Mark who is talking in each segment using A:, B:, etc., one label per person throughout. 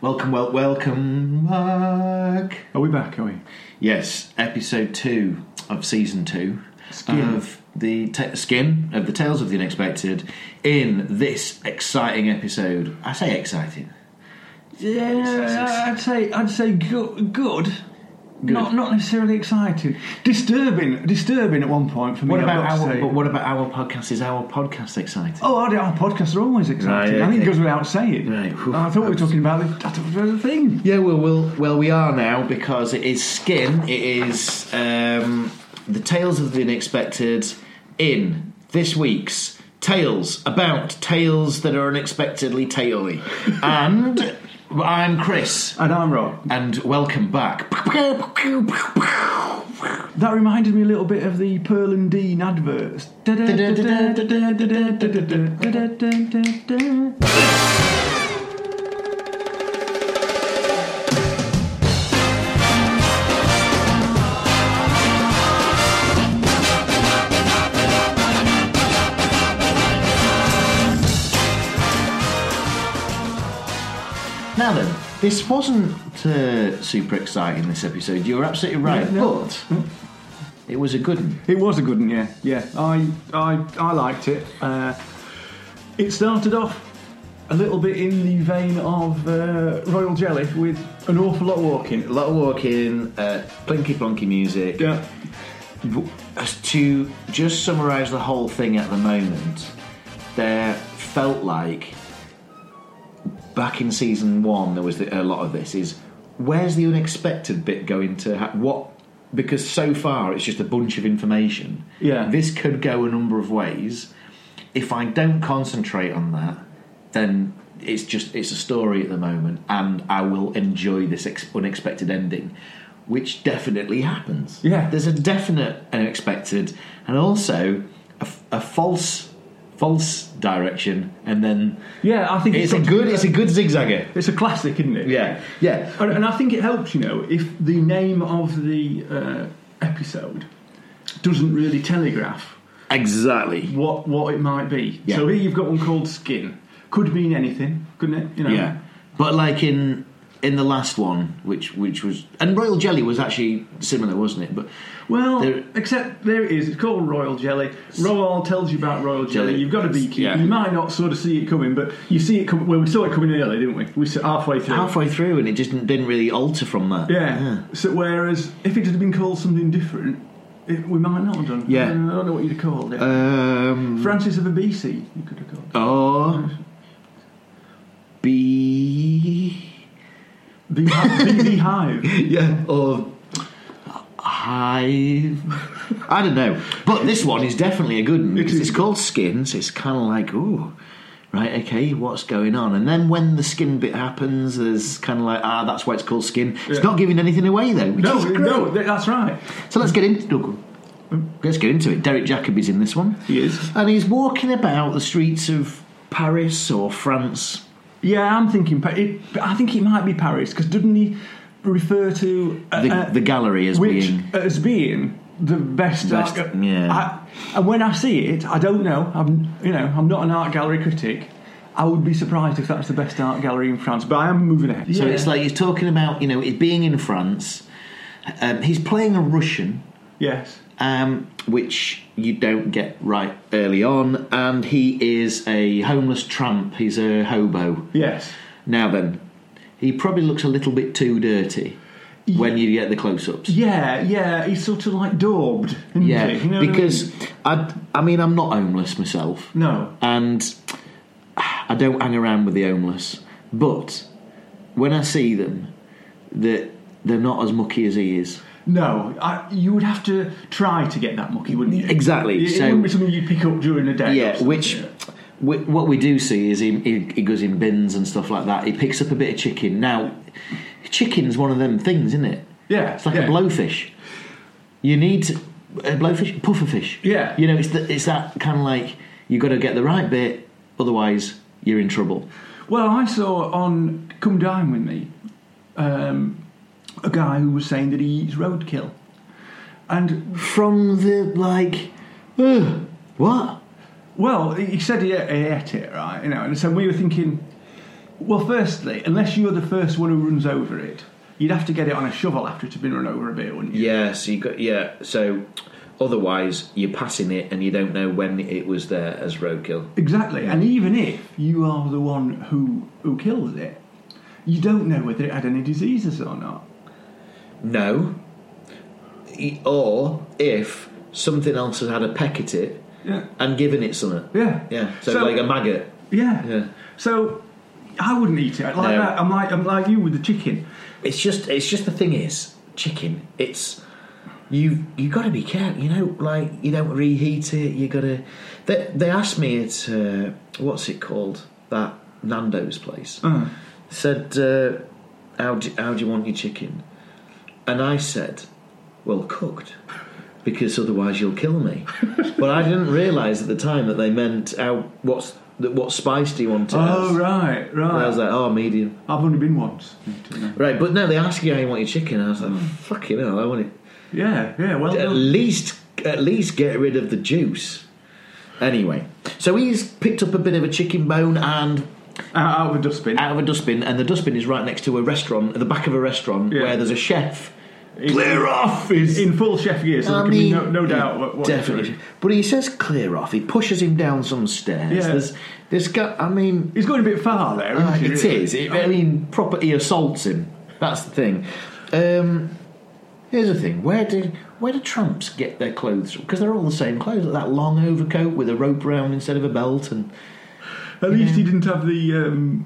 A: Welcome, well, welcome back.
B: Are we back? Are we?
A: Yes, episode two of season two
B: Skin.
A: of the ta skin of the tales of the unexpected. In this exciting episode, I say exciting.
B: Yeah, I'd say I'd say go- good. Not not necessarily exciting. Disturbing, disturbing at one point for me.
A: What
B: I've
A: about
B: got to
A: our?
B: say.
A: But what about our podcast? Is our podcast exciting?
B: Oh, our, our podcasts are always exciting.
A: Right,
B: I think it
A: okay.
B: goes without saying.
A: Right, whew,
B: I thought we were
A: that was-
B: talking about the, I thought it was the thing.
A: Yeah, well, well, well, we are now because it is skin. It is um, the tales of the unexpected in this week's tales about tales that are unexpectedly taily. and I'm Chris,
B: And I'm wrong.
A: and welcome back.
B: That reminded me a little bit of the Pearl and Dean adverts.
A: Now then, this wasn't uh, super exciting. This episode, you're absolutely right,
B: Yeah, no.
A: but it was a good one.
B: It was a good one, yeah. Yeah, I, I, I liked it. Uh, it started off a little bit in the vein of uh, Royal Jelly with an awful lot of
A: A
B: walking.
A: lot of walking, uh, plinky plonky music.
B: Yeah.
A: As to just summarise the whole thing at the moment, there felt like back in season one there was the, a lot of this. Is where's the unexpected bit going to ha- what? Because so far it's just a bunch of information.
B: Yeah.
A: this could go a number of ways. If I don't concentrate on that, then it's just it's a story at the moment, and I will enjoy this ex- unexpected ending, which definitely happens.
B: Yeah.
A: there's a definite unexpected, and also a, f- a false false direction, and then
B: Yeah, I think
A: it's a
B: got-
A: good it's a good zigzagger.
B: It's a classic, isn't it?
A: Yeah, yeah.
B: And, and I think it helps, you know, if the name of the uh, episode doesn't really telegraph
A: Exactly.
B: what what it might be.
A: Yeah.
B: So here you've got one called Skin. Could mean anything, couldn't it? You know.
A: Yeah, but like in in the last one, which which was and Royal Jelly was actually similar, wasn't it? But
B: Well,
A: There-
B: except there it is. It's called Royal Jelly. Royal tells you about Royal Jelly.
A: Jelly.
B: You've got to be keen.
A: Yeah.
B: You might not sort of see it coming, but you see it coming. Well, we saw it coming early, didn't we? We saw halfway through.
A: halfway through, and it just didn't really alter from that.
B: Yeah. So whereas if it had been called something different, it, we might not have done.
A: Yeah.
B: I don't know what you'd have called it.
A: Um,
B: Francis of Assisi, you could have called.
A: or B.
B: The, the, the Hive.
A: Yeah, or Hive. I don't know. But this one is definitely a good one
B: It
A: because
B: is.
A: it's called Skins. It's kind of like, ooh, right, okay, what's going on? And then when the skin bit happens, there's kind of like, ah, that's why it's called Skin. It's
B: Yeah.
A: not giving anything away though. Which
B: No,
A: is great.
B: no, th- that's right.
A: So let's get into Let's get into it. Derek Jacobi's in this one.
B: He is.
A: And he's walking about the streets of Paris or France.
B: Yeah, I'm thinking. Pa- It, I think it might be Paris because didn't he refer to uh,
A: The,
B: uh,
A: the gallery as
B: which
A: being.
B: as being the best,
A: Best,
B: art-
A: yeah.
B: I, and when I see it, I don't know. I'm you know I'm not an art gallery critic. I would be surprised if that's the best art gallery in France. But I am moving ahead.
A: So it's like he's talking about, you know, it being in France. Um, he's playing a Russian,
B: yes,
A: um, which you don't get right early on, and he is a homeless tramp. He's a hobo.
B: yes.
A: Now then, he probably looks a little bit too dirty when you get the close-ups.
B: Yeah, yeah, he's sort of like daubed, isn't
A: Yeah,
B: he? You know what I
A: because I, I mean, I'm not homeless myself,
B: mean? no,
A: and I don't hang around with the homeless. But when I see them, that they're not as mucky as he is.
B: no, I, you would have to try to get that mucky, wouldn't you?
A: Exactly,
B: It, it
A: so-
B: wouldn't be something you'd pick up during the day. or
A: Yeah,
B: something.
A: which whi- what we do see is he, he, he goes in bins and stuff like that. He picks up a bit of chicken. Now, chicken's one of them things, isn't it?
B: yeah,
A: It's like
B: yeah.
A: a blowfish. You need to, a blowfish, pufferfish.
B: Yeah.
A: you know, it's the, it's that kind of like you got to get the right bit, otherwise you're in trouble.
B: Well, I saw on Come Dine With Me um, a guy who was saying that he eats roadkill. And,
A: From the like, "Ugh, what?
B: well, he said he, he ate it, right? You know, and so we were thinking, Well, firstly, unless you're the first one who runs over it, you'd have to get it on a shovel after it had been run over a bit, wouldn't you?
A: Yeah, so you got yeah. So otherwise, you're passing it and you don't know when it was there as roadkill.
B: Exactly. And even if you are the one who who kills it, you don't know whether it had any diseases or not.
A: No. E- Or if something else has had a peck at it
B: Yeah.
A: and given it something.
B: Yeah.
A: Yeah. So,
B: So-
A: like a maggot.
B: Yeah.
A: Yeah.
B: So I wouldn't eat it like
A: No.
B: that. I'm like I'm like you with the chicken.
A: It's just it's just the thing is chicken. It's you you got to be careful. You know, like you don't reheat it. You got to. They they asked me at uh, what's it called that Nando's place.
B: Uh,
A: said, uh, how, do, how do you want your chicken? And I said, well, cooked, because otherwise you'll kill me. but I didn't realise at the time that they meant, how, what's, that what spice do you want it
B: oh
A: as?"
B: right,
A: And I
B: right.
A: was like, oh, medium.
B: I've only been once.
A: Right, but no, they ask you how you want your chicken. I was
B: Hmm.
A: like, fucking hell, I want it.
B: Yeah, yeah. Well,
A: At
B: done.
A: least, at least get rid of the juice. Anyway, so he's picked up a bit of a chicken bone and
B: out out of the dustbin.
A: out of a dustbin, and the dustbin is right next to a restaurant, at the back of a restaurant,
B: Yeah.
A: where there's a chef.
B: He's-
A: clear off! Is
B: in full chef gear, so
A: I
B: there can be
A: mean,
B: no, no
A: yeah,
B: doubt. What, what
A: definitely. But he says clear off. He pushes him down some stairs.
B: Yeah.
A: There's this guy. I mean,
B: He's going a bit far there, isn't
A: uh,
B: he?
A: it
B: really?
A: is. It, I mean, property assaults him. That's the thing. Um, here's the thing. Where did where do tramps get their clothes from? Because they're all the same clothes. Like that long overcoat with a rope round instead of a belt, and
B: At least he didn't have the um,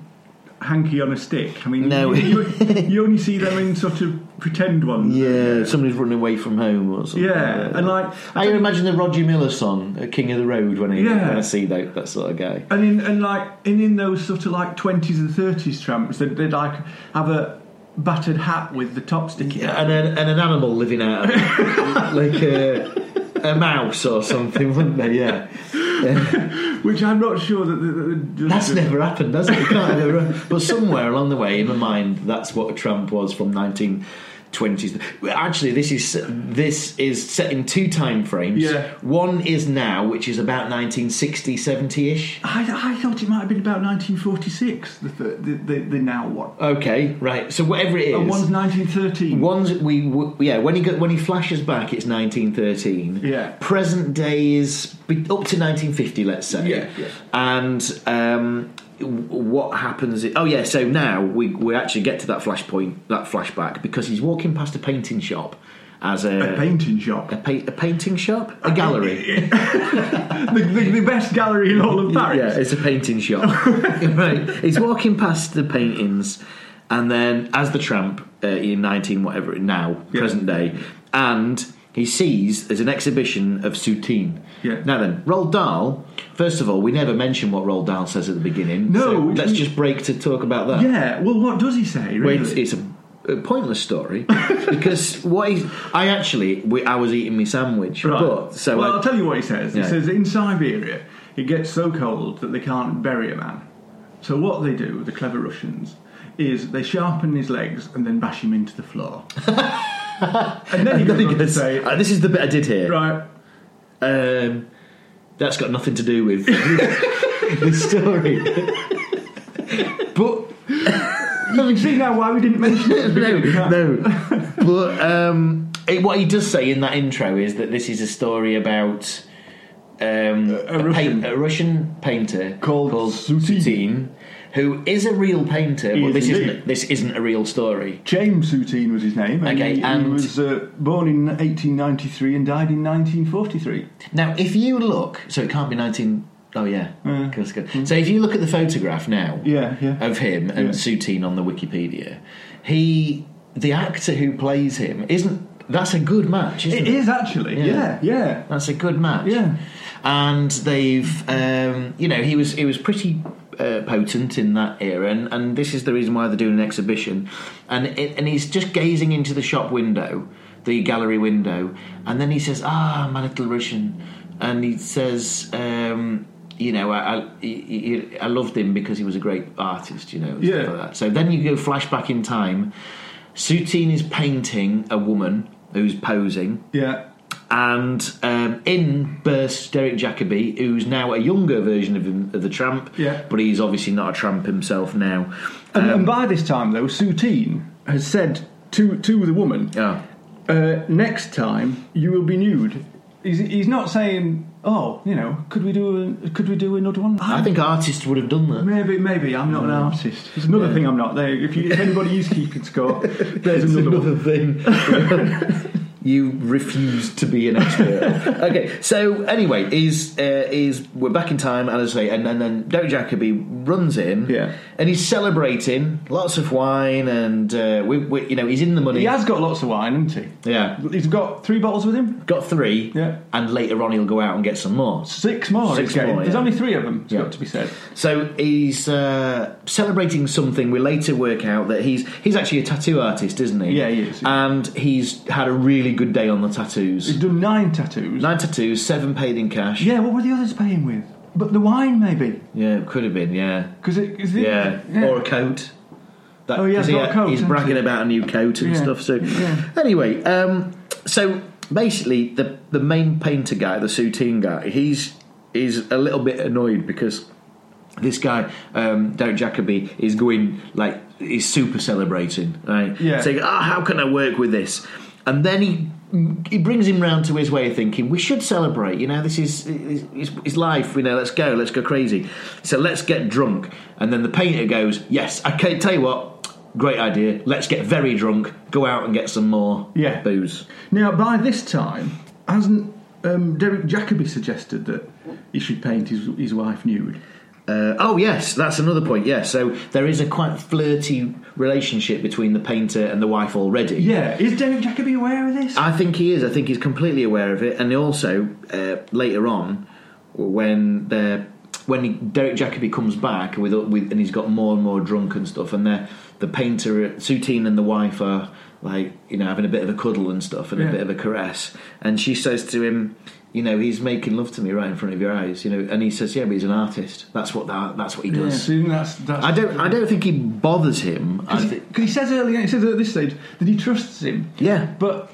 B: hanky on a stick. I mean,
A: No.
B: you, you, you only see them in sort of pretend ones.
A: yeah, somebody's running away from home or something.
B: Yeah, and like,
A: I can imagine the Roger Miller song, uh, King of the Road, when, he,
B: Yeah.
A: when I see that, that sort of guy.
B: and in and like, and in those sort of like twenties and thirties tramps, they'd, they'd like have a battered hat with the top sticking. out.
A: And, an, and an animal living out of it. like a, a mouse or something, wouldn't they? Yeah.
B: which I'm not sure that the, the, the,
A: That's
B: the-
A: never happened, has it? You can't have a- but somewhere along the way, in my mind, that's what a tramp was from 1920s. Well, Actually, this is this is set in two time frames.
B: Yeah.
A: One is now, which is about 1960, 70 ish.
B: I, I thought it might have been about 1946. The fir- the, the, the now one.
A: Okay, right. So whatever it is,
B: And one's 1913.
A: One's we w- yeah when he go, when he flashes back it's 1913
B: Yeah.
A: present day is be- up to 1950 let's say
B: Yeah, yeah.
A: and um, w- what happens i- oh yeah so now we we actually get to that flashpoint that flashback because he's walking past a painting shop as a
B: A painting shop.
A: a, pa- a painting shop a gallery
B: the, the, the best gallery in all of Paris.
A: Yeah, it's a painting shop. right. He's walking past the paintings, and then as the tramp uh, in 19 whatever now
B: Yeah.
A: present day, and he sees there's an exhibition of Soutine.
B: Yeah.
A: Now then, Roald Dahl. First of all, we never mention what Roald Dahl says at the beginning.
B: No,
A: so
B: which
A: let's
B: we-
A: just break to talk about that.
B: Yeah, well, what does he say?
A: Well,
B: Really?
A: it's, it's a, a pointless story because what he, I actually we, I was eating my sandwich,
B: Right.
A: but so
B: well,
A: I-
B: I'll tell you what he says.
A: Yeah.
B: He says in Siberia, it gets so cold that they can't bury a man. So what they do, the clever Russians, is they sharpen his legs and then bash him into the floor. and then he goes on to say,
A: Uh, this is the bit I did here.
B: right,
A: Um, that's got nothing to do with the story. but
B: you can see now why we didn't mention it. at the
A: no,
B: beginning, can't-
A: no. But um, it, what he does say in that intro is that this is a story about um,
B: a Russian.
A: pain- a Russian painter
B: Called Soutine.
A: Soutine, who is a real painter,
B: He
A: but
B: is
A: this
B: indeed.
A: isn't this isn't a real story.
B: James Soutine was his name. And
A: Okay,
B: he, he
A: and-
B: was uh, born in 1893 and died in 1943.
A: Now, if you look, so it can't be 19. Oh, yeah.
B: Yeah. Mm.
A: Cool, cool. So if you look at the photograph now
B: Yeah, yeah.
A: of him and
B: Yeah.
A: Soutine on the Wikipedia, he, the actor who plays him, isn't. That's a good match, isn't
B: It
A: it?
B: is actually,
A: Yeah.
B: yeah, yeah.
A: That's a good match.
B: Yeah.
A: And they've, um, you know, he was he was pretty uh, potent in that era, and, and this is the reason why they're doing an exhibition, and it, and he's just gazing into the shop window, the gallery window, and then he says, "Ah, my little Russian," and he says. Um, you know, I, I, he- he- I loved him because he was a great artist. You know, and stuff
B: Yeah.
A: like that. So then you go flashback in time. Soutine is painting a woman who's posing,
B: Yeah.
A: And um, in bursts Derek Jacobi, who's now a younger version of, him, of the tramp,
B: Yeah.
A: but he's obviously not a tramp himself now.
B: And, and by this time, though, Soutine has said to to the woman,
A: Yeah.
B: uh, "Next time you will be nude." He's, he's not saying, "Oh, you know, could we do a, could we do another one?"
A: I Mm. think artists would have done that.
B: Maybe, maybe I'm not an artist. It's another thing I'm not. There, if, you, if anybody is keeping score, there's
A: It's
B: another. one.
A: another thing. you refuse to be an expert. okay, so anyway, is uh, is we're back in time, and as I say, and, and then Derek Jacobi runs in,
B: Yeah.
A: and he's celebrating, lots of wine, and uh, we, we, you know he's in the money.
B: He has got lots of wine, hasn't
A: Yeah,
B: he? He's got three bottles with him.
A: got three,
B: Yeah.
A: and later on he'll go out and get some more.
B: Six more.
A: Six
B: he's getting.
A: more,
B: There's
A: yeah.
B: only three of them. It's
A: Yeah.
B: got to be said.
A: So he's uh, celebrating something. We later work out that he's he's actually a tattoo artist, isn't he?
B: Yeah, he is.
A: And he's had a really good day on the tattoos.
B: He's done nine tattoos.
A: Nine tattoos, seven paid in cash.
B: Yeah, what were the others paying with? But the wine, maybe.
A: Yeah, it could have been. Yeah,
B: Because it, 'cause it-
A: yeah, or a coat. That,
B: Oh, he has
A: 'cause
B: got a coat,
A: He's
B: hasn't
A: bragging about a new coat and
B: Yeah.
A: stuff. So
B: Yeah.
A: anyway, um, so basically, the the main painter guy, the Soutine guy, he's is a little bit annoyed because this guy um, Derek Jacobi is going like is super celebrating, right?
B: Yeah.
A: Saying, "Ah, how can I work with this?" And then he he brings him round to his way of thinking. We should celebrate, you know. This is is, is life, you know. Let's go, let's go crazy. So let's get drunk. And then the painter goes, "Yes, I can tell you what." Great idea. Let's get very drunk, go out and get some more
B: Yeah.
A: booze.
B: Now, by this time, hasn't um, Derek Jacobi suggested that he should paint his, his wife nude?
A: Uh, oh yes, that's another point. Yes, so there is a quite flirty relationship between the painter and the wife already.
B: Yeah, is Derek Jacobi aware of this?
A: I think he is. I think he's completely aware of it. And also uh, later on, when they're when he, Derek Jacobi comes back with, with and he's got more and more drunk and stuff, and they're the painter Soutine and the wife are like you know having a bit of a cuddle and stuff and
B: Yeah.
A: a bit of a caress, and she says to him. You know he's making love to me right in front of your eyes. You know, and he says, "Yeah, but he's an artist. That's what that, that's what he
B: yeah,
A: does."
B: so that's, that's,
A: I don't. I don't think he bothers him. I
B: Because
A: thi-
B: he, says earlier, he says at this stage that he trusts him,
A: yeah,
B: but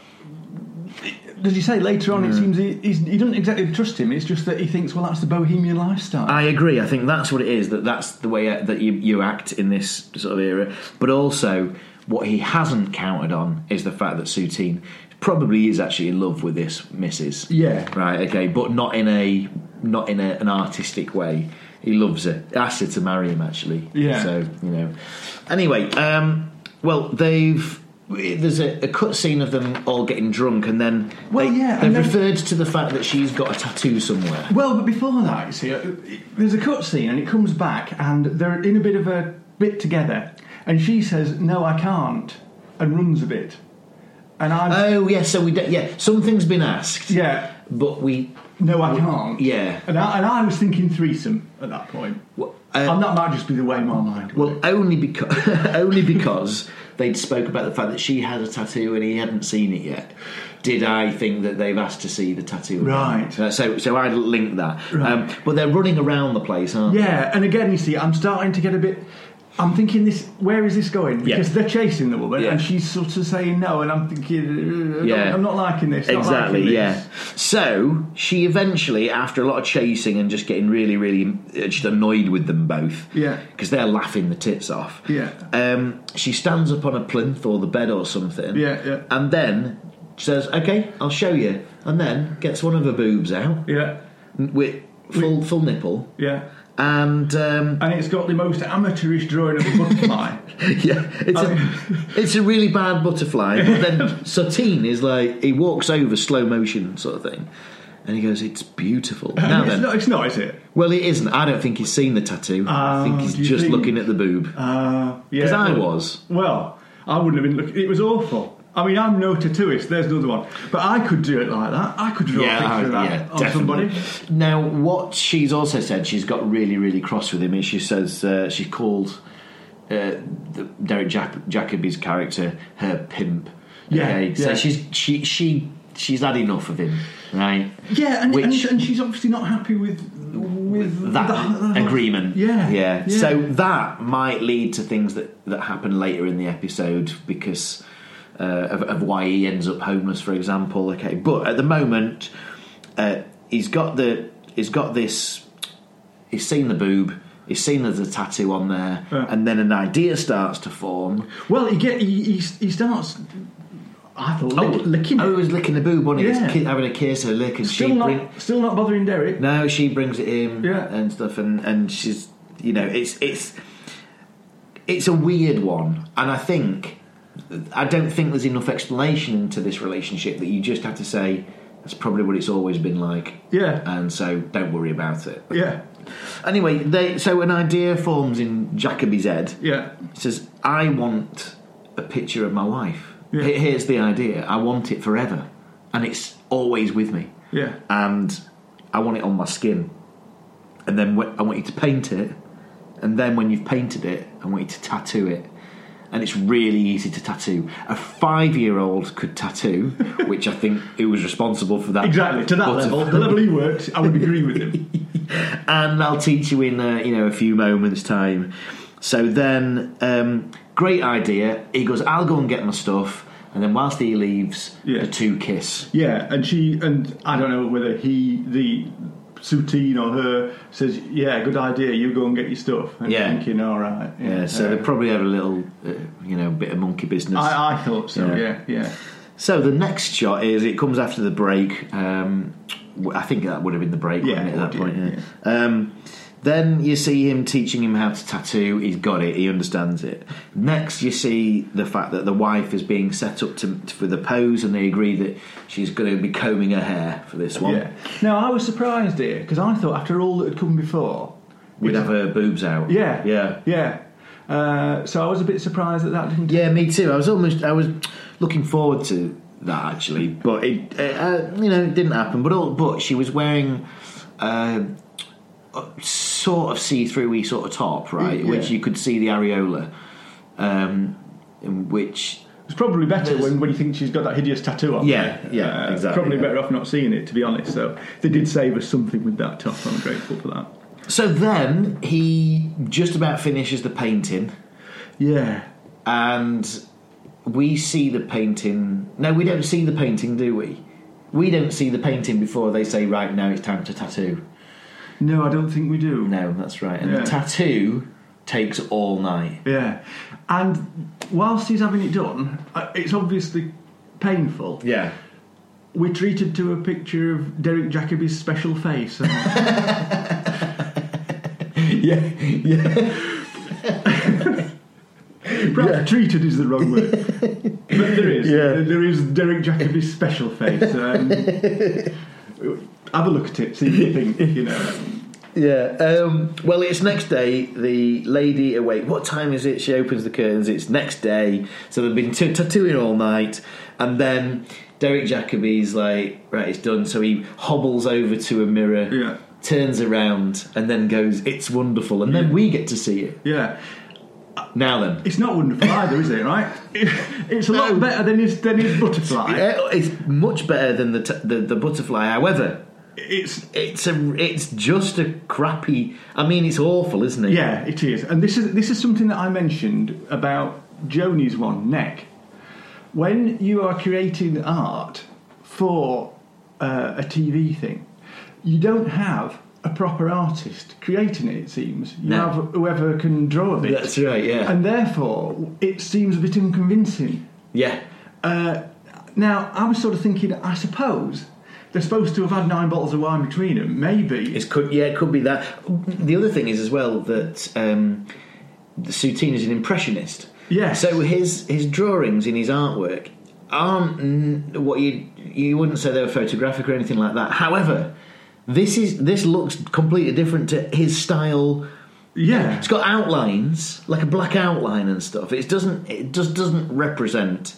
B: does he say later on? It seems he, he's, he doesn't exactly trust him. It's just that he thinks, well, that's the bohemian lifestyle.
A: I agree. I think that's what it is. That that's the way uh, that you, you act in this sort of era. But also, what he hasn't counted on is the fact that Soutine probably is actually in love with this Mrs.
B: yeah,
A: Right. Okay. But not in a not in a, an artistic way. He loves her. Asks her to marry him. Actually.
B: Yeah.
A: So you know. Anyway. Um. Well, they've. There's a, a cut scene of them all getting drunk, and then
B: Well,
A: they,
B: yeah,
A: they've
B: and then-
A: referred to the fact that she's got a tattoo somewhere.
B: Well, but before that, you see, uh, there's a cut scene and it comes back and they're in a bit of a bit together, and she says, "No, I can't," and runs a bit, and I,
A: Oh yeah, so we don't. Yeah, something's been asked,
B: yeah,
A: but we
B: no, I can't,
A: yeah.
B: and I, and I was thinking threesome at that point,
A: Well,
B: and
A: uh,
B: that might just be the way my mind.
A: well
B: works.
A: only because only because they'd spoke about the fact that she had a tattoo and he hadn't seen it yet. Did I think that they've asked to see the tattoo? again.
B: Right.
A: Uh, so so I linked that. Um, but they're running around the place, aren't they?
B: yeah, and again, you see, I'm starting to get a bit. I'm thinking this. Where is this going?
A: Yeah.
B: Because they're chasing the woman,
A: Yeah.
B: and she's sort of saying no, and I'm thinking, yeah.
A: Yeah.
B: I'm not liking this. not liking
A: Exactly.
B: this.
A: Yeah. So she eventually, after a lot of chasing and just getting really, really uh, just annoyed with them both.
B: Yeah.
A: Because they're laughing the tits off.
B: Yeah.
A: Um, she stands up on a plinth or the bed or something.
B: Yeah, yeah.
A: And then says, "Okay, I'll show you." And then gets one of her boobs out
B: yeah,
A: n- with full full nipple
B: yeah.
A: and. Um,
B: and it's got the most amateurish drawing of a butterfly.
A: yeah, it's a, it's a really bad butterfly. But then Satine is like he walks over slow motion sort of thing, and he goes, "It's beautiful." Now
B: it's,
A: then,
B: not, it's not, is it?
A: Well, it isn't. I don't think he's seen the tattoo. I think
B: Oh,
A: he's
B: do you
A: just
B: think-
A: looking at the boob.
B: Uh, yeah.
A: Because I
B: well-
A: was.
B: Well, I wouldn't have been looking. It was awful. I mean, I'm no tattooist. There's another one, but I could do it like that. I could draw a picture of that on somebody.
A: Now, what she's also said, she's got really, really cross with him. Is she says uh, she called uh, the, Derek Jac- Jacobi's character her pimp.
B: Yeah,
A: So
B: yeah.
A: she's she she she's had enough of him, right?
B: Yeah, and,
A: Which-
B: and, and she's obviously not happy with with
A: that
B: the- the-
A: agreement.
B: Yeah,
A: yeah,
B: yeah.
A: So that might lead to things that that happen later in the episode because uh, of, of why he ends up homeless, for example. Okay, but at the moment, uh, he's got the he's got this. He's seen the boob. He's seen there's a tattoo on there,
B: Yeah.
A: and then an idea starts to form.
B: Well, he get he, he, he starts. I thought lick, licking.
A: oh, he
B: it.
A: was licking the boob, wasn't he? He's
B: Yeah.
A: ki- having a kiss, a lick, and
B: Still
A: she
B: not
A: bring,
B: still not bothering Derek.
A: No, she brings it in
B: Yeah.
A: and stuff, and and she's you know it's it's it's a weird one, and I think I don't think there's enough explanation to this relationship that you just have to say that's probably what it's always been like,
B: Yeah,
A: and so don't worry about it.
B: yeah,
A: Anyway, they so an idea forms in Jacoby's head.
B: yeah.
A: He says, "I want a picture of my wife.
B: Yeah.
A: Here- Here's the idea. I want it forever, and it's always with me."
B: Yeah,
A: and I want it on my skin. And then wh- I want you to paint it, and then when you've painted it, I want you to tattoo it. And it's really easy to tattoo. A five-year-old could tattoo, which I think who was responsible for that.
B: exactly. To that
A: But- uh,
B: level, the level he worked, I would agree with him.
A: And I'll teach you in uh, you know a few moments' time. So then, um, great idea. He goes, I'll go and get my stuff, and then whilst he leaves,
B: Yeah.
A: the two kiss.
B: Yeah, and she and I don't know whether he the Soutine or her says, "Yeah, good idea. You go and get your stuff." And
A: Yeah.
B: thinking, all right.
A: Yeah, so they probably have a little, uh, you know, bit of monkey business.
B: I, I thought so.
A: Yeah.
B: Yeah, yeah,
A: So the next shot is it comes after the break. Um, w- I think that would have been the break,
B: Yeah,
A: wouldn't it,
B: it
A: at that
B: would,
A: point?
B: yeah,
A: Yeah. Um, then you see him teaching him how to tattoo. He's got it. He understands it. Next, you see the fact that the wife is being set up to, for the pose, and they agree that she's going to be combing her hair for this one.
B: yeah. Now I was surprised here because I thought after all that had come before,
A: We'd have her boobs out.
B: yeah,
A: yeah,
B: yeah. Uh, so I was a bit surprised that that didn't.
A: yeah. Me too. I was almost. I was looking forward to that actually, but it, uh, you know, it didn't happen. But all, but she was wearing. Uh, sort of see-through-y sort of top, right?
B: Yeah.
A: Which you could see the areola, um, in which
B: It's probably better
A: There's-
B: when, when you think she's got that hideous tattoo on.
A: Yeah,
B: there. Uh,
A: yeah, exactly,
B: Probably
A: yeah.
B: better off not seeing it, to be honest. So they did save us something with that top. I'm grateful for that.
A: So then he just about finishes the painting,
B: Yeah,
A: and we see the painting. No, we don't see the painting, do we? We don't see the painting before they say, "Right now, it's time to tattoo."
B: No, I don't think we do.
A: No, that's right. And
B: Yeah.
A: the tattoo takes all night.
B: Yeah, and whilst he's having it done, uh, it's obviously painful.
A: Yeah.
B: We're treated to a picture of Derek Jacobi's special face.
A: Yeah. Yeah.
B: Perhaps treated is the wrong word, but there is
A: Yeah.
B: there is Derek Jacobi's special face. Um, have a look at it, see what you think. You know,
A: Yeah. Um, well, it's next day. The lady awake. What time is it? She opens the curtains. It's next day. So they've been t- tattooing all night, and then Derek Jacobi's like, right, it's done. So he hobbles over to a mirror,
B: Yeah.
A: turns around, and then goes, "It's wonderful." And then we get to see it.
B: yeah.
A: Now then.
B: It's not wonderful either, is it? Right? It's a lot
A: No.
B: better than his than his butterfly.
A: Uh, It's much better than the, t- the the butterfly. However,
B: It's
A: it's a it's just a crappy. I mean, it's awful, isn't it?
B: Yeah, it is, and this is this is something that I mentioned about Joni's one neck. When you are creating art for uh, a TV thing, you don't have a proper artist creating it. It seems you
A: No.
B: have whoever can draw a bit,
A: That's right. Yeah.
B: and therefore it seems a bit unconvincing.
A: yeah.
B: Uh, now I was sort of thinking, I suppose they're supposed to have had nine bottles of wine between them. Maybe
A: It's could yeah, it could be that. The other thing is as well that um, Soutine is an impressionist.
B: Yes.
A: So his his drawings in his artwork aren't mm, what you you wouldn't say they were photographic or anything like that. However, this is this looks completely different to his style.
B: yeah,
A: It's got outlines, like a black outline and stuff. It doesn't it just doesn't represent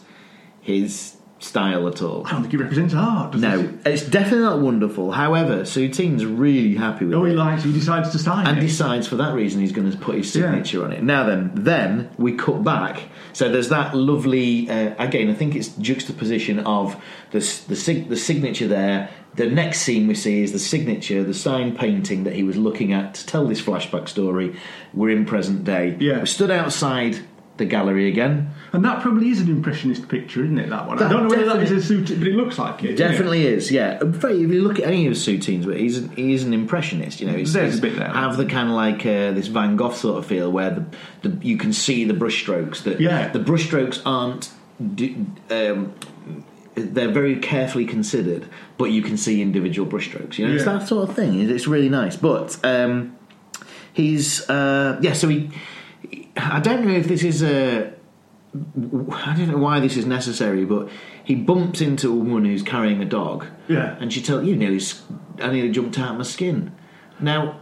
A: his style at all.
B: I don't think it represents art. Does it?
A: No, it's definitely not wonderful. However, Soutine's really happy with
B: Oh,
A: it.
B: he likes. He decides to sign
A: and
B: it.
A: decides for that reason he's going to put his
B: Yeah.
A: signature on it. Now then, then we cut back. So there's that lovely uh, again. I think it's juxtaposition of the s- the, sig- the signature there. The next scene we see is the signature, the sign painting that he was looking at to tell this flashback story. We're in present day.
B: Yeah.
A: We stood outside the gallery again.
B: And that probably is an impressionist picture, isn't it? That one. I
A: That
B: don't know whether that is
A: definite-
B: a suit, but it looks like it. doesn't
A: Definitely is, yeah. In fact, if you look at any of his routines, but he's an, he's an impressionist, you know. He's,
B: There's a
A: he's
B: bit there.
A: Have the kind of like uh, this Van Gogh sort of feel where the, the you can see the brushstrokes. That
B: Yeah.
A: the brushstrokes aren't. d um, they're very carefully considered, but you can see individual brushstrokes. You know, it's
B: Yeah.
A: that sort of thing. It's really nice, but um, he's uh, yeah. So he, I don't know if this is a. I don't know why this is necessary, but he bumps into a woman who's carrying a dog.
B: Yeah.
A: And she tells you nearly, s- I nearly jumped out of my skin. Now,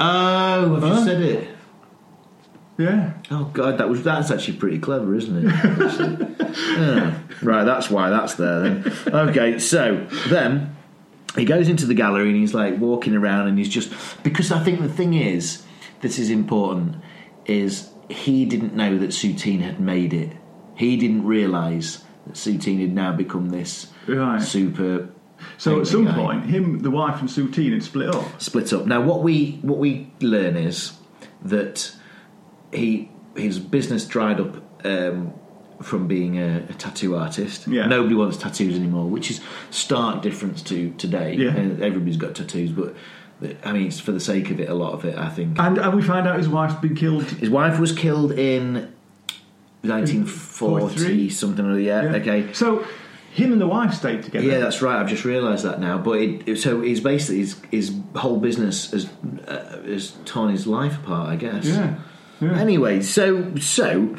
A: oh, I've just
B: Huh?
A: said it.
B: it? Yeah.
A: Oh God, that was that's actually pretty clever, isn't it? Actually. Yeah. Right, that's why that's there then. Okay, so then he goes into the gallery and he's like walking around and he's just because I think the thing is, this is important, is he didn't know that Soutine had made it. He didn't realise that Soutine had now become this
B: Right.
A: super
B: So
A: painting
B: at some
A: guy
B: point, him, the wife, and Soutine had split up.
A: split up. Now, what we what we learn is that he his business dried up um, from being a, a tattoo artist.
B: Yeah.
A: Nobody wants tattoos anymore, which is stark difference to today.
B: Yeah.
A: And everybody's got tattoos, but the- I mean, it's for the sake of it. A lot of it, I think.
B: And, and we find out his wife's been killed.
A: His wife was killed in 1940
B: 43?
A: something or yeah, yeah. okay.
B: So him and the wife stayed together.
A: Yeah, that's right. I've just realised that now. But it, it- so he's basically his, his whole business has uh, has torn his life apart, I guess.
B: Yeah. Yeah.
A: Anyway, so so,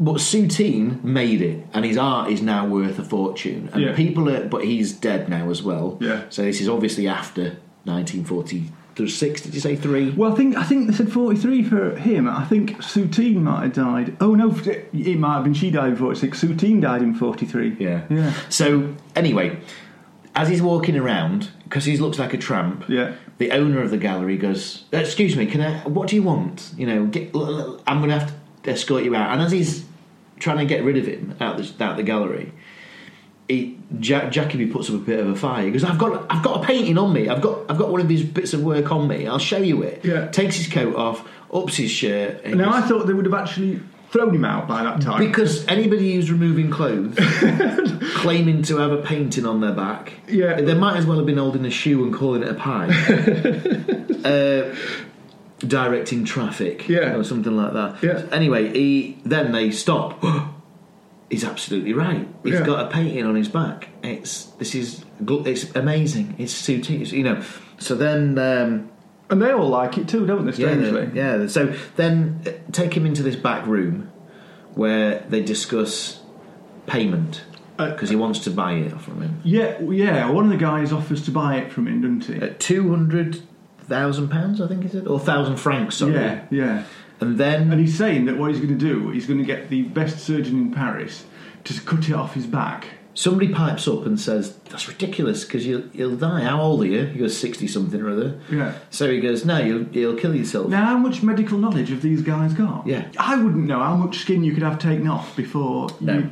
A: but Soutine made it, and his art is now worth a fortune. And
B: Yeah.
A: people are, but he's dead now as well.
B: Yeah.
A: So this is obviously after 1946. Did you say three?
B: Well, I think I think they said forty three for him. I think Soutine might have died. Oh no, it might have been she died in forty six. Soutine died in forty three. yeah,
A: So anyway, as he's walking around, because he looks like a tramp.
B: yeah.
A: the owner of the gallery goes, "Uh, "Excuse me, can I? What do you want? You know, get, l- l- I'm going to have to escort you out." And as he's trying to get rid of him out the, out the gallery, he, Jack, Jacoby puts up a bit of a fire. He goes, "I've got, I've got a painting on me. I've got, I've got one of these bits of work on me. I'll show you it."
B: Yeah.
A: Takes his coat off, ups his shirt. And
B: Now I
A: goes-
B: thought they would have actually thrown him out by that time.
A: because anybody who's removing clothes claiming to have a painting on their back,
B: Yeah.
A: they might as well have been holding a shoe and calling it a pie. uh, directing traffic,
B: Yeah.
A: or something like that.
B: Yeah.
A: Anyway, he then they stop. He's absolutely right. He's
B: Yeah.
A: got a painting on his back. It's this is gl- it's amazing. It's suiting. It's, you know. So then. Um,
B: and they all like it too, don't they? Strangely.
A: yeah, yeah. So then uh, take him into this back room where they discuss payment
B: Uh,
A: because he wants to buy it from him
B: Yeah, yeah. One of the guys offers to buy it from him, doesn't he?
A: at Uh, two hundred thousand pounds, I think is it, or thousand francs, sorry.
B: yeah, yeah.
A: And then
B: And he's saying that what he's going to do, he's going to get the best surgeon in Paris to cut it off his back.
A: somebody pipes up and says, "That's ridiculous because you'll you'll die. How old are you?" He goes sixty something or other.
B: Yeah.
A: So he goes, "No, you'll you'll kill yourself."
B: Now, how much medical knowledge have these guys got?
A: Yeah.
B: I wouldn't know how much skin you could have taken off before.
A: No.
B: You...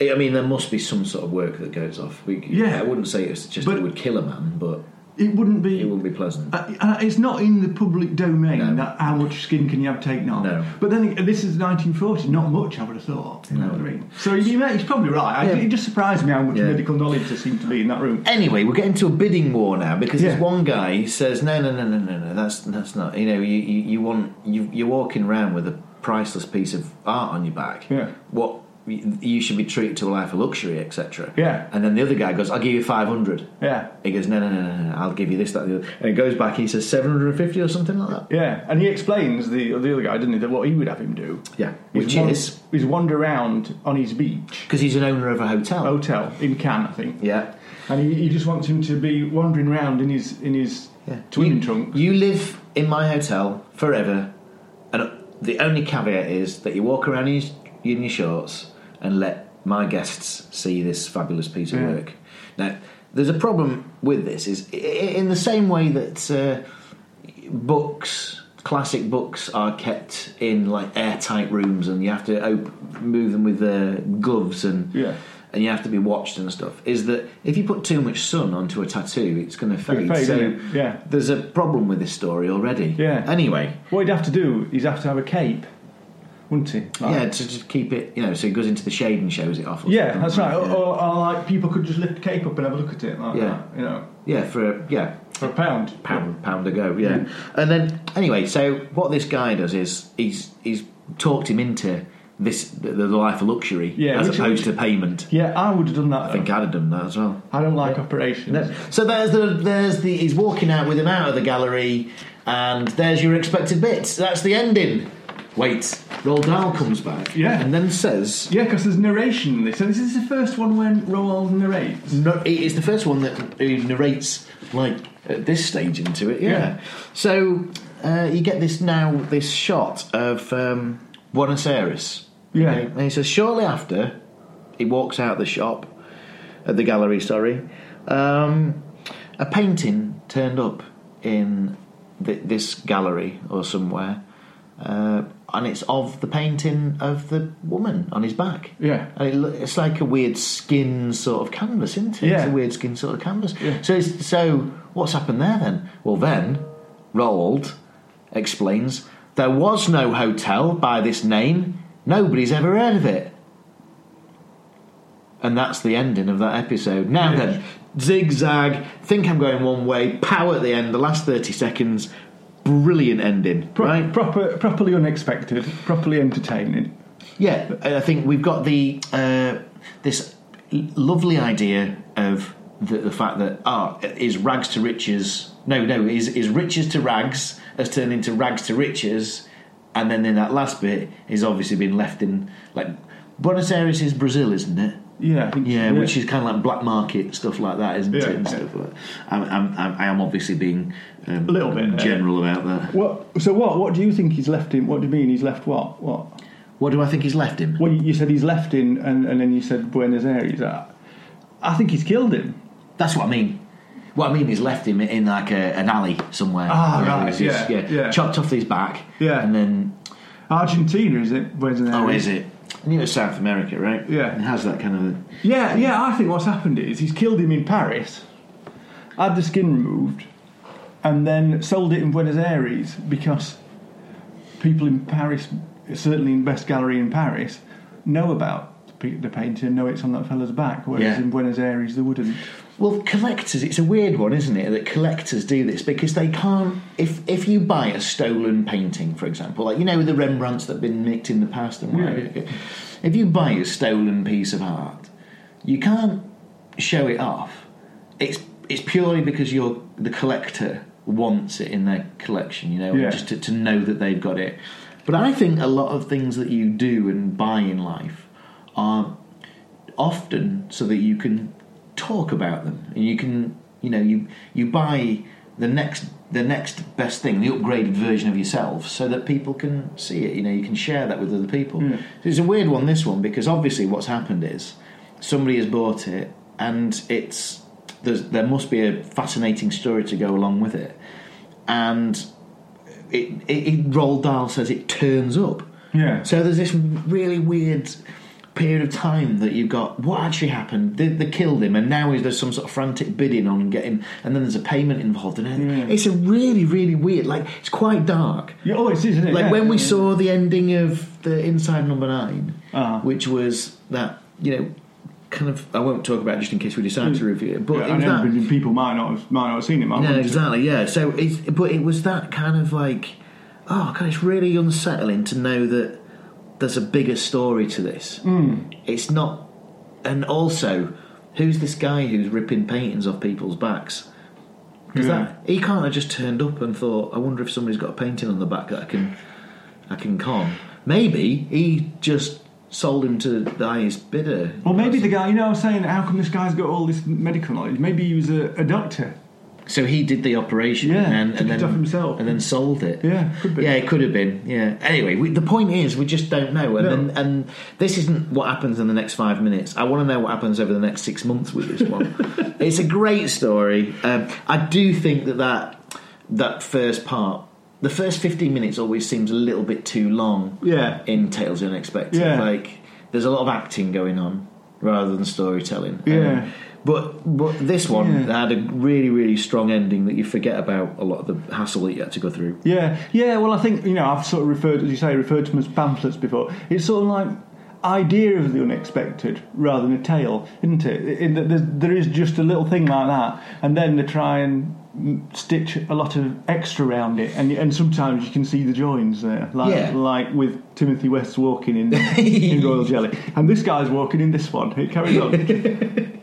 A: I I mean, there must be some sort of work that goes off. We,
B: Yeah.
A: I wouldn't say it's just
B: But-
A: it would kill a man, but
B: It wouldn't be.
A: it wouldn't be pleasant.
B: Uh, uh, it's not in the public domain
A: No.
B: that how much skin can you have taken off.
A: No.
B: But then uh, this is 1940, not much I would have thought. You know
A: No.
B: what I mean? So you may- he's probably right. I-
A: Yeah.
B: It just surprised me how much
A: Yeah.
B: medical knowledge there seemed to be in that room.
A: Anyway, we're getting to a bidding war now because
B: Yeah.
A: there's one guy who says, "No, no, no, no, no, no. That's that's not. You know, you, you, you want you, you're walking around with a priceless piece of art on your back.
B: Yeah.
A: What you you should be treated to a life of luxury, etc.
B: Yeah.
A: And then the other guy goes, "I'll give you 500
B: Yeah.
A: He goes, "No, no, no, no, no. I'll give you this, that, the other." And he goes back and he says, 750 or something like that.
B: Yeah, and he explains the the other guy, didn't he, that what he would have him do.
A: Yeah.
B: is
A: Which
B: wan-
A: is
B: is wander around on his beach
A: because he's an owner of a hotel.
B: hotel in Cannes, I think,
A: Yeah.
B: and he, he just wants him to be wandering around in his in his
A: Yeah.
B: twin
A: you,
B: trunks.
A: You live in my hotel forever, and the only caveat is that you walk around in your, in your shorts and let my guests see this fabulous piece of
B: Yeah.
A: work. Now, there's a problem with this. Is i- i- in the same way that uh, books. Classic books are kept in like airtight rooms, and you have to op- move them with uh, gloves and
B: Yeah.
A: and you have to be watched and stuff. Is that if you put too much sun onto a tattoo, it's going to fade.
B: fade,
A: so
B: isn't it? Yeah.
A: there's a problem with this story already.
B: Yeah.
A: Anyway,
B: What he'd have to do is have to have a cape, wouldn't he? Like-
A: Yeah, to, to keep it, you know, so it goes into the shade and shows it off. or
B: Yeah,
A: something,
B: that's right. Oh, Or,
A: Yeah,
B: or, or like people could just lift the cape up and have a look at it, like
A: Yeah.
B: that, you know,
A: Yeah, for a yeah
B: for a pound.
A: pound pound a go. Yeah. and then anyway, so what this guy does is he's he's talked him into this the, the life of luxury
B: Yeah,
A: as
B: which-
A: opposed to payment.
B: Yeah, I would have done that.
A: I think I'd have done that as well.
B: I don't like operations.
A: So there's the there's the he's walking out with him out of the gallery, and there's your expected bits. That's the ending. Wait, Roald Dahl comes back,
B: Yeah.
A: and then says.
B: Yeah, because there's narration in this. So this is the first one when Roald narrates.
A: No, it- it's the first one that he narrates like at this stage into it. Yeah.
B: Yeah.
A: So uh, you get this now this shot of um, Buenos Aires.
B: Yeah.
A: Okay, And he says shortly after he walks out the shop at the gallery. Sorry, um, a painting turned up in th- this gallery or somewhere. Uh, and it's of the painting of the woman on his back.
B: Yeah.
A: And it, loo- it's like a weird skin sort of canvas, isn't it? It's a
B: Yeah.
A: weird skin sort of canvas.
B: Yeah.
A: So, it's, so what's happened there then? Well, then Roald explains there was no hotel by this name. Nobody's ever heard of it. And that's the ending of that episode. Now
B: Yeah.
A: then, zigzag. Think I'm going one way. Pow at the end. The last thirty seconds. Brilliant ending,
B: Pro-
A: right?
B: Proper, properly unexpected, properly entertaining.
A: Yeah, I I think we've got the uh, this l- lovely idea of the, the fact that ah is rags to riches. No, no, is is riches to rags has turned into rags to riches, and then in that last bit is obviously been left in like Buenos Aires is Brazil, isn't it?
B: Yeah, I think
A: Yeah, which is kind of like black market stuff like that, isn't
B: Yeah,
A: it? And
B: yeah.
A: stuff like that. I'm, I'm, I'm, I am obviously being um,
B: A little bit, yeah.
A: general about that.
B: What, so what? What do you think he's left in? What do you mean he's left what? What?
A: What do I think he's left him?
B: Well, you said he's left in, and, and then you said Buenos Aires. I, I think he's killed him.
A: That's what I mean. What I mean is left him in like a, an alley somewhere.
B: Ah,
A: You know,
B: right,
A: he's just-
B: yeah, yeah.
A: Chopped off his back.
B: Yeah.
A: And then,
B: Argentina, is it? Buenos Aires.
A: oh, is it? And you know, South America, right?
B: Yeah.
A: It has that kind of.
B: Yeah, yeah. I think what's happened is he's killed him in Paris, had the skin removed, and then sold it in Buenos Aires because people in Paris, certainly in best gallery in Paris, know about the pe- the painting, know it's on that fella's back. Whereas
A: Yeah.
B: in Buenos Aires they wouldn't.
A: Well, collectors, it's a weird one, isn't it? That collectors do this because they can't. If if you buy a stolen painting, for example, like you know the Rembrandts that have been nicked in the past and
B: Yeah.
A: whatever, if you buy a stolen piece of art, you can't show it off. It's it's purely because you're the collector wants it in their collection, you know,
B: Yeah.
A: just to, to know that they've got it. But I think a lot of things that you do and buy in life are often so that you can talk about them and you can you know you you buy the next the next best thing the upgraded version of yourself so that people can see it you know you can share that with other people
B: Yeah.
A: it's a weird one this one because obviously what's happened is somebody has bought it and it's there's, there must be a fascinating story to go along with it and it, it, it Roald Dahl says it turns up
B: Yeah.
A: so there's this really weird period of time that you've got what actually happened they, they killed him and now is there's some sort of frantic bidding on getting and then there's a payment involved and it-
B: Yeah.
A: it's a really really weird like it's quite dark
B: Yeah, oh, it is, isn't it?
A: like
B: Yeah.
A: when we saw the ending of the inside number 9
B: Uh-huh.
A: which was that you know kind of i won't talk about it just in case we decide to review it but
B: Mm. Yeah,
A: it
B: I
A: was
B: know,
A: that,
B: but people might not have, might not have seen it. Might
A: no,
B: want to.
A: exactly. Yeah. So, it's, but it was that kind of like, oh god, it's really unsettling to know that there's a bigger story to this.
B: Hmm.
A: Mm. It's not, and also, who's this guy who's ripping paintings off people's backs? Because
B: Yeah.
A: that he can't have just turned up and thought, I wonder if somebody's got a painting on the back that I can, I can con. Maybe he just sold him to the highest bidder.
B: Well, maybe the guy. You know, I was saying, how come this guy's got all this medical knowledge? Maybe he was a, a doctor.
A: So he did the operation
B: Yeah,
A: and then,
B: took
A: and
B: it
A: then
B: off himself.
A: and then sold it.
B: Yeah, could be.
A: Yeah, it could have been. Yeah. Anyway, we, the point is, we just don't know, and
B: No.
A: then, and this isn't what happens in the next five minutes. I want to know what happens over the next six months with this one. it's a great story. Um, I do think that that that first part, the first fifteen minutes, always seems a little bit too long
B: Yeah.
A: in Tales of the Unexpected.
B: Yeah.
A: Like, there's a lot of acting going on. rather than storytelling. Um,
B: Yeah.
A: but but this one
B: Yeah.
A: had a really really strong ending that you forget about a lot of the hassle that you had to go through.
B: Yeah, yeah. Well, I think you know I've sort of referred, as you say, referred to them as pamphlets before. It's sort of like idea of the unexpected rather than a tale, isn't it? In that there's- there is just a little thing like that, and then they try and mm, stitch a lot of extra around it, and and sometimes you can see the joins there, like
A: Yeah.
B: like with Timothy West's walking in in Royal Jelly, and this guy's walking in this one. It carries on.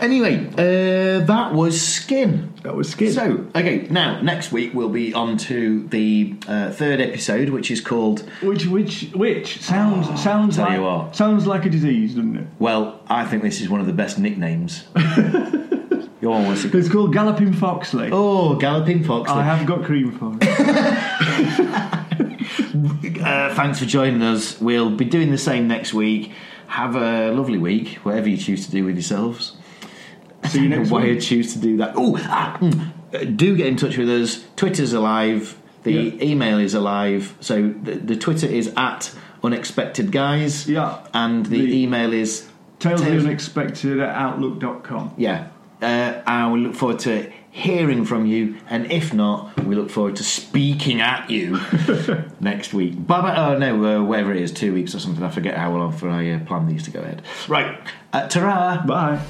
A: Anyway, uh, that was Skin.
B: that was skin.
A: So, okay, now next week we'll be on to the uh, third episode, which is called
B: which which which sounds sounds
A: tell
B: like
A: you what.
B: sounds like a disease, doesn't it?
A: Well, I think this is one of the best nicknames. Your one was
B: It's called Galloping Foxley.
A: Oh, Galloping Fox.
B: I have got cream for it.
A: Uh, thanks for joining us. We'll be doing the same next week. Have a lovely week, whatever you choose to do with yourselves.
B: See you next
A: Why you
B: week.
A: choose to do that. Oh, ah, mm, uh, do get in touch with us. Twitter's alive. The
B: Yeah.
A: email is alive. So the, the Twitter is at unexpected guys.
B: Yeah.
A: And the,
B: The-
A: email is
B: Tales of the
A: Tales-
B: Unexpected at outlook.com.
A: yeah. Uh, and we look forward to hearing from you. And if not, we look forward to speaking at you next week. Bye bye. Oh no, uh, whatever it is, two weeks or something. I forget how long for I uh, plan these to go ahead. Right. Uh, ta
B: Bye.